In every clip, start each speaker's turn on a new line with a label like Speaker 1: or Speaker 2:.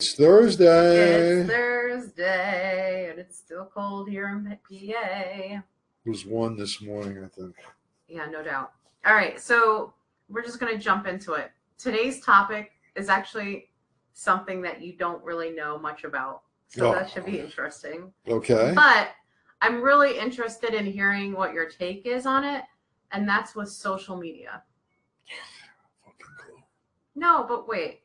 Speaker 1: It's Thursday.
Speaker 2: It's Thursday, and it's still cold here in PA.
Speaker 1: It was one this morning, I think.
Speaker 2: Yeah, no doubt. All right, so we're just going to jump into it. Today's topic is actually something that you don't really know much about. So
Speaker 1: Oh.
Speaker 2: that should be interesting.
Speaker 1: Okay.
Speaker 2: But I'm really interested in hearing what your take is on it, and that's with social media.
Speaker 1: Fucking cool.
Speaker 2: No, but wait.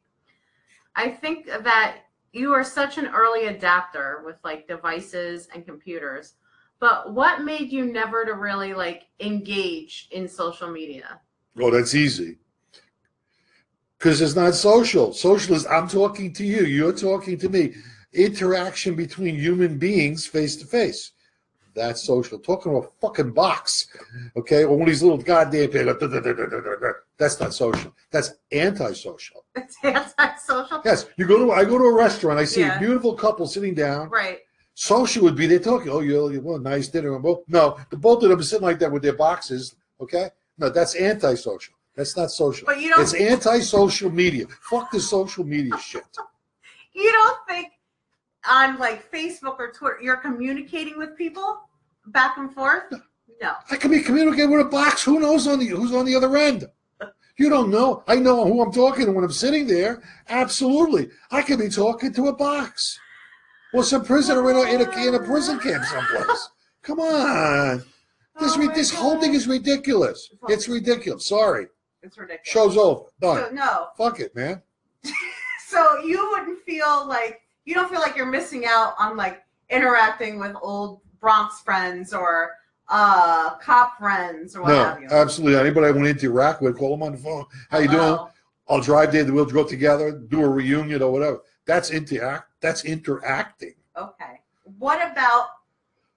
Speaker 2: I think that you are such an early adapter with like devices and computers. But what made you never to really like engage in social media?
Speaker 1: Oh, that's easy. Because it's not social. Social is I'm talking to you, you're talking to me. Interaction between human beings face to face. That's social. Talking to a fucking box, okay? Or one of these little goddamn things, like, "Duh, duh, duh, duh, duh, duh, duh." That's not social. That's antisocial.
Speaker 2: It's antisocial.
Speaker 1: Yes, you go to I go to a restaurant, I see
Speaker 2: Yeah.
Speaker 1: a beautiful couple sitting down.
Speaker 2: Right.
Speaker 1: Social would be there talking. Oh, you you want a nice dinner. And both no, the both of them are sitting like that with their boxes. Okay, no, that's antisocial. That's not social.
Speaker 2: But you don't
Speaker 1: It's anti-social media. Fuck the social media shit.
Speaker 2: you don't think on like Facebook or Twitter you're communicating with people back and forth? No.
Speaker 1: I could be communicating with a box. Who knows on the who's on the other end? You don't know. I know who I'm talking to when I'm sitting there. Absolutely, I could be talking to a box or some prisoner in a in a, in a prison camp someplace. Come on, this
Speaker 2: Oh
Speaker 1: re-
Speaker 2: my
Speaker 1: this whole
Speaker 2: God.
Speaker 1: thing is ridiculous. It's ridiculous. Sorry.
Speaker 2: it's ridiculous.
Speaker 1: Show's over.
Speaker 2: so,
Speaker 1: Done.
Speaker 2: no.
Speaker 1: Fuck it, man.
Speaker 2: so you wouldn't feel like you don't feel like you're missing out on like interacting with old Bronx friends or uh cop friends or what
Speaker 1: No,
Speaker 2: have you.
Speaker 1: absolutely. Anybody I went into Iraq with, call them on the phone. How you doing?
Speaker 2: Wow.
Speaker 1: I'll drive there. We'll go together, do a reunion or whatever. That's interact. That's interacting.
Speaker 2: Oh, Okay. What about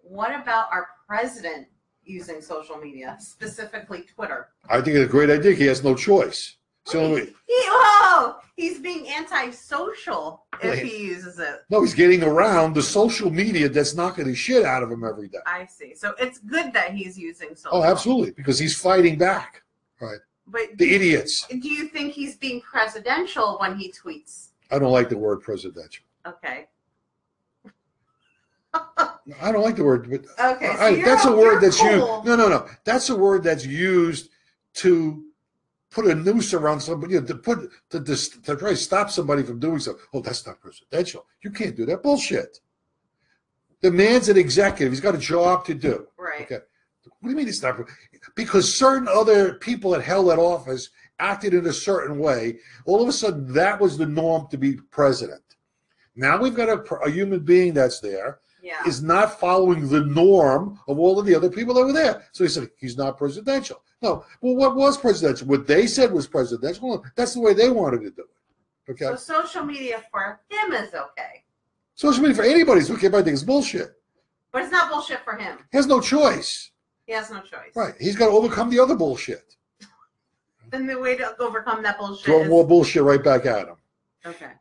Speaker 2: what about our president using social media, specifically Twitter?
Speaker 1: I think it's a great idea. He has no choice. So
Speaker 2: he, whoa, he's being antisocial if
Speaker 1: Wait.
Speaker 2: he uses it.
Speaker 1: no, he's getting around the social media that's knocking the shit out of him every day.
Speaker 2: I see. So it's good that he's using social.
Speaker 1: Oh, absolutely, because he's fighting back.
Speaker 2: But
Speaker 1: The idiots.
Speaker 2: do you think he's being presidential when he tweets?
Speaker 1: I don't like the word presidential.
Speaker 2: Okay.
Speaker 1: I don't like the word. But
Speaker 2: Okay. So
Speaker 1: Uh, I-
Speaker 2: you're,
Speaker 1: that's a word that's
Speaker 2: you.
Speaker 1: used. No, no, no. That's a word that's used to put a noose around somebody, you know, to put to dis, to try to stop somebody from doing something. Oh, that's not presidential. You can't do that bullshit. The man's an executive. He's got a job to do.
Speaker 2: Right.
Speaker 1: Okay. What do you mean it's not? pre- Because certain other people that held that office acted in a certain way. All of a sudden, that was the norm to be president. Now we've got a, pr- a human being that's there
Speaker 2: Yeah.
Speaker 1: is not following the norm of all of the other people that were there. So he said he's not presidential. No, well, what was presidential? What they said was presidential. Well, That's the way they wanted to do it. Okay,
Speaker 2: So social media for him is okay,
Speaker 1: social media for anybody's okay, but I think it's bullshit.
Speaker 2: but it's not bullshit for him.
Speaker 1: He has no choice,
Speaker 2: He has no choice.
Speaker 1: right? He's got to overcome the other bullshit.
Speaker 2: Then the way to overcome that bullshit
Speaker 1: Throw
Speaker 2: is
Speaker 1: more bullshit right back at him.
Speaker 2: okay.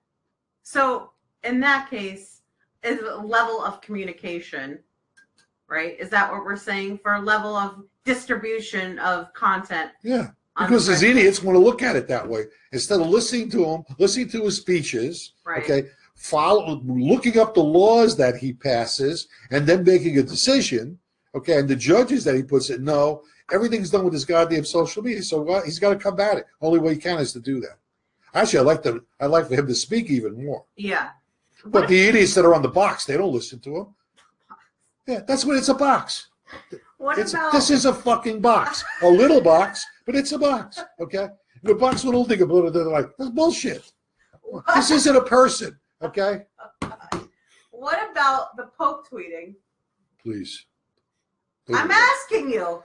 Speaker 2: So in that case, is a level of communication, right? Is that what we're saying for a level of distribution of content?
Speaker 1: Yeah,
Speaker 2: on
Speaker 1: because
Speaker 2: the
Speaker 1: these
Speaker 2: press-
Speaker 1: idiots want to look at it that way instead of listening to him, listening to his speeches.
Speaker 2: right.
Speaker 1: Okay, follow looking up the laws that he passes and then making a decision. Okay, and the judges that he puts in, no, everything's done with his goddamn social media. So well, he's got to combat it. Only way he can is to do that. Actually, I like the I like for him to speak even more.
Speaker 2: Yeah.
Speaker 1: But the idiots that are on the box, they don't listen to him. Yeah, that's what it's a box.
Speaker 2: What
Speaker 1: It's,
Speaker 2: about
Speaker 1: this is a fucking box, a little box, but it's a box. Okay, the box will think about it. They're like, that's bullshit.
Speaker 2: what,
Speaker 1: This isn't a person. Okay,
Speaker 2: what about the Pope tweeting?
Speaker 1: please.
Speaker 2: I'm asking you.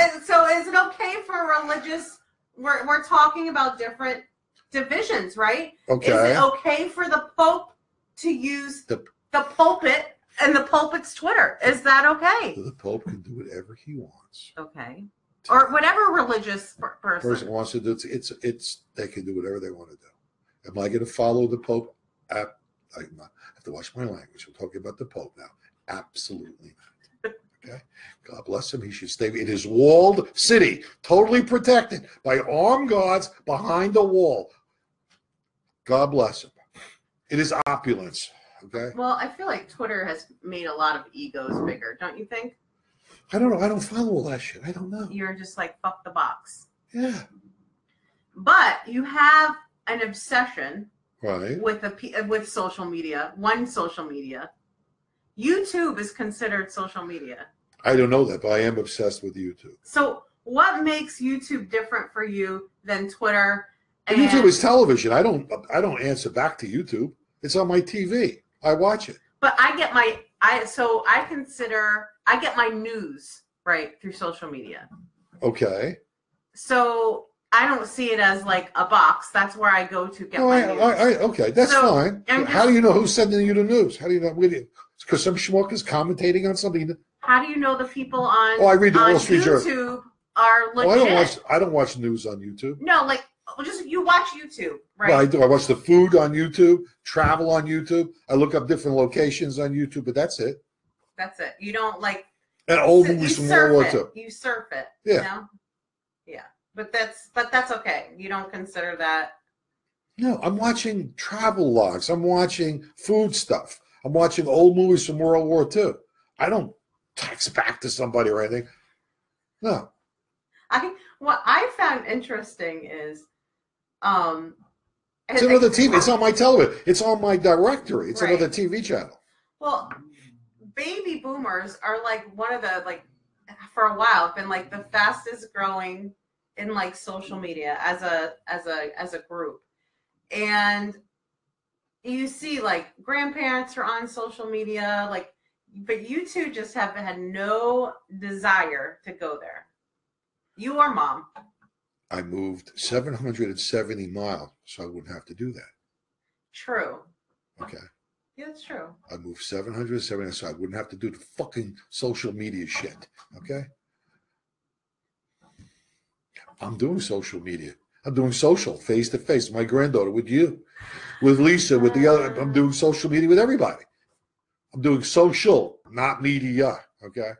Speaker 2: And so is it okay for religious? We're, we're talking about different divisions, right? Is
Speaker 1: Okay.
Speaker 2: it okay for the Pope to use the,
Speaker 1: The-
Speaker 2: pulpit and the pulpit's Twitter? Is that okay?
Speaker 1: The Pope can do whatever he wants.
Speaker 2: Okay. Or whatever religious per- person.
Speaker 1: Person wants to do it's it's it's they can do whatever they want to do. Am I going to follow the Pope? Ab- I'm not, I have to watch my language. I'm talking about the Pope now. Absolutely not. Okay. God bless him. He should stay in his walled city, totally protected by armed guards behind a wall. God bless him. It is opulence. Okay.
Speaker 2: Well, I feel like Twitter has made a lot of egos bigger, don't you think?
Speaker 1: I don't know. I don't follow all that shit. I don't know.
Speaker 2: You're just like fuck the box.
Speaker 1: Yeah.
Speaker 2: But you have an obsession
Speaker 1: Right.
Speaker 2: with a p- with social media, one social media. YouTube is considered social media.
Speaker 1: I don't know that, but I am obsessed with YouTube.
Speaker 2: So, what makes YouTube different for you than Twitter?
Speaker 1: But YouTube is television. I don't. I don't answer back to YouTube. It's on my TV. I watch it.
Speaker 2: but I get my I so I consider I get my news right through social media.
Speaker 1: Okay.
Speaker 2: So I don't see it as like a box. That's where I go to get
Speaker 1: No,
Speaker 2: my
Speaker 1: I,
Speaker 2: news.
Speaker 1: I, I, okay, that's
Speaker 2: So,
Speaker 1: fine.
Speaker 2: I'm
Speaker 1: How do
Speaker 2: just-
Speaker 1: you know who's sending you the news? How do you know? Because some schmuck is commentating on something.
Speaker 2: How do you know the people on
Speaker 1: Oh, I read the
Speaker 2: on
Speaker 1: Wall Street
Speaker 2: YouTube
Speaker 1: Journal.
Speaker 2: are
Speaker 1: Oh,
Speaker 2: legit?
Speaker 1: I don't watch. I don't watch news on YouTube.
Speaker 2: No, like well, just you watch YouTube, right?
Speaker 1: Well, I do. I watch the food on YouTube, travel on YouTube. I look up different locations on YouTube, but that's it.
Speaker 2: That's it. You don't like
Speaker 1: And old
Speaker 2: you
Speaker 1: movies from World
Speaker 2: surf
Speaker 1: War
Speaker 2: it.
Speaker 1: II.
Speaker 2: You surf it.
Speaker 1: Yeah.
Speaker 2: You know? Yeah. But that's but that's okay. You don't consider that
Speaker 1: No, I'm watching travel logs. I'm watching food stuff. I'm watching old movies from World War II. I don't text back to somebody or anything. No.
Speaker 2: I what I found interesting is, um,
Speaker 1: It's
Speaker 2: and-
Speaker 1: another TV. It's on my television. It's on my directory. It's
Speaker 2: Right.
Speaker 1: another TV channel.
Speaker 2: Well, baby boomers are like one of the like for a while been like the fastest growing in like social media as a as a as a group, and you see like grandparents are on social media like but you two just have had no desire to go there you are mom
Speaker 1: I moved 770 miles, so I wouldn't have to do that.
Speaker 2: true
Speaker 1: Okay.
Speaker 2: yeah that's true
Speaker 1: I moved 770, so I wouldn't have to do the fucking social media shit. Okay. I'm doing social media. I'm doing social face to face. My granddaughter with you, with Lisa, with the other. I'm doing social media with everybody. I'm doing social, not media. Okay.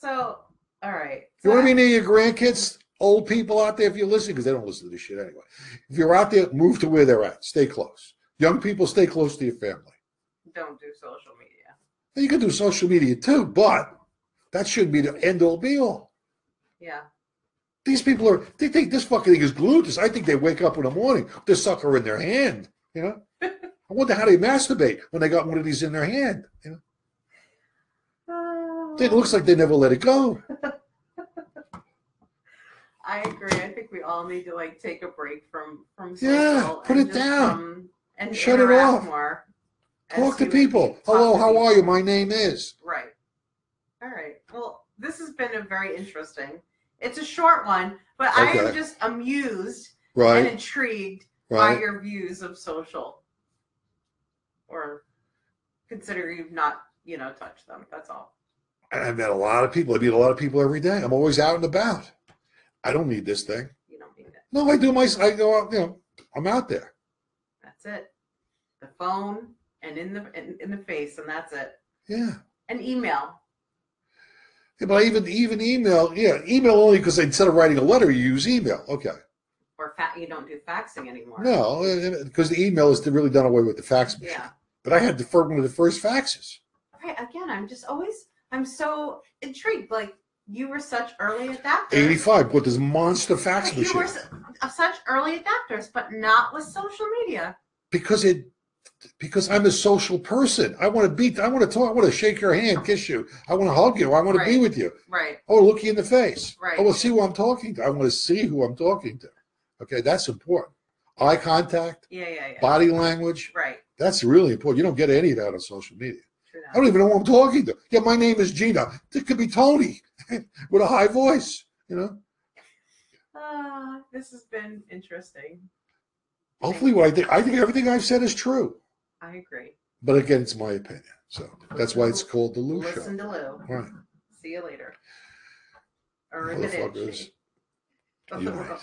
Speaker 2: so all right
Speaker 1: You
Speaker 2: So
Speaker 1: want to be near your grandkids, old people out there if you listen, because they don't listen to this shit anyway. If you're out there, move to where they're at. Stay close. Young people, stay close to your family.
Speaker 2: don't do social media.
Speaker 1: And you can do social media too, but that shouldn't be the end all be all.
Speaker 2: Yeah.
Speaker 1: These people are, they think this fucking thing is glued to this. I think they wake up in the morning with this sucker in their hand. You know? I wonder how they masturbate when they got one of these in their hand. You know? It looks like they never let it go.
Speaker 2: I agree. I think we all need to like take a break from from social
Speaker 1: Yeah, put
Speaker 2: and
Speaker 1: it
Speaker 2: just
Speaker 1: down.
Speaker 2: from- and
Speaker 1: Shut it
Speaker 2: interact
Speaker 1: off.
Speaker 2: More as
Speaker 1: Talk to
Speaker 2: human
Speaker 1: people.
Speaker 2: beings. Talk
Speaker 1: Hello,
Speaker 2: to
Speaker 1: how
Speaker 2: people.
Speaker 1: are you? My name is.
Speaker 2: Right. All right. Well, this has been a very interesting. It's a short one, but I am
Speaker 1: Okay.
Speaker 2: just amused and
Speaker 1: Right,
Speaker 2: intrigued by
Speaker 1: right.
Speaker 2: your views of social. Or consider you've not, you know, touched them. That's all.
Speaker 1: And I've met a lot of people. I meet a lot of people every day. I'm always out and about. I don't need this thing.
Speaker 2: You don't need it.
Speaker 1: No, I do my. I go out. You know, I'm out there.
Speaker 2: That's it. The phone and in the in, in the face, and that's it.
Speaker 1: Yeah.
Speaker 2: An email.
Speaker 1: Yeah, but I even even email. Yeah, email only because instead of writing a letter, you use email. Okay.
Speaker 2: Or fa- you don't do faxing anymore.
Speaker 1: No, uh, because the email is really done away with the fax machine.
Speaker 2: Yeah.
Speaker 1: But I had the first one of the first faxes.
Speaker 2: Right. Again, I'm just always I'm so intrigued. Like you were such early adapters.
Speaker 1: Eighty-five with this monster fax
Speaker 2: But You
Speaker 1: machine
Speaker 2: were su- of such early adapters, but not with social media.
Speaker 1: because it because I'm a social person. I want to be. I want to talk. I want to shake your hand, kiss you. I want to hug you. I want to be
Speaker 2: Right.
Speaker 1: with you.
Speaker 2: Right.
Speaker 1: Oh, look you in the face.
Speaker 2: Right.
Speaker 1: I want to see who I'm talking to. I want to see who I'm talking to. Okay, that's important. Eye contact,
Speaker 2: Yeah. Yeah. Yeah.
Speaker 1: body language.
Speaker 2: Right.
Speaker 1: That's really important. You don't get any of that on social media.
Speaker 2: True
Speaker 1: I
Speaker 2: that.
Speaker 1: don't even know who I'm talking to. Yeah, my name is Gina. It could be Tony with a high voice. You know.
Speaker 2: Ah, this has been interesting.
Speaker 1: Hopefully, what I think. I think everything I've said is true.
Speaker 2: I agree.
Speaker 1: But again, it's my opinion. So that's why it's called the Lou Show.
Speaker 2: Listen to Lou.
Speaker 1: All right,
Speaker 2: See you later. Arrivederci.
Speaker 1: motherfuckers. Unite.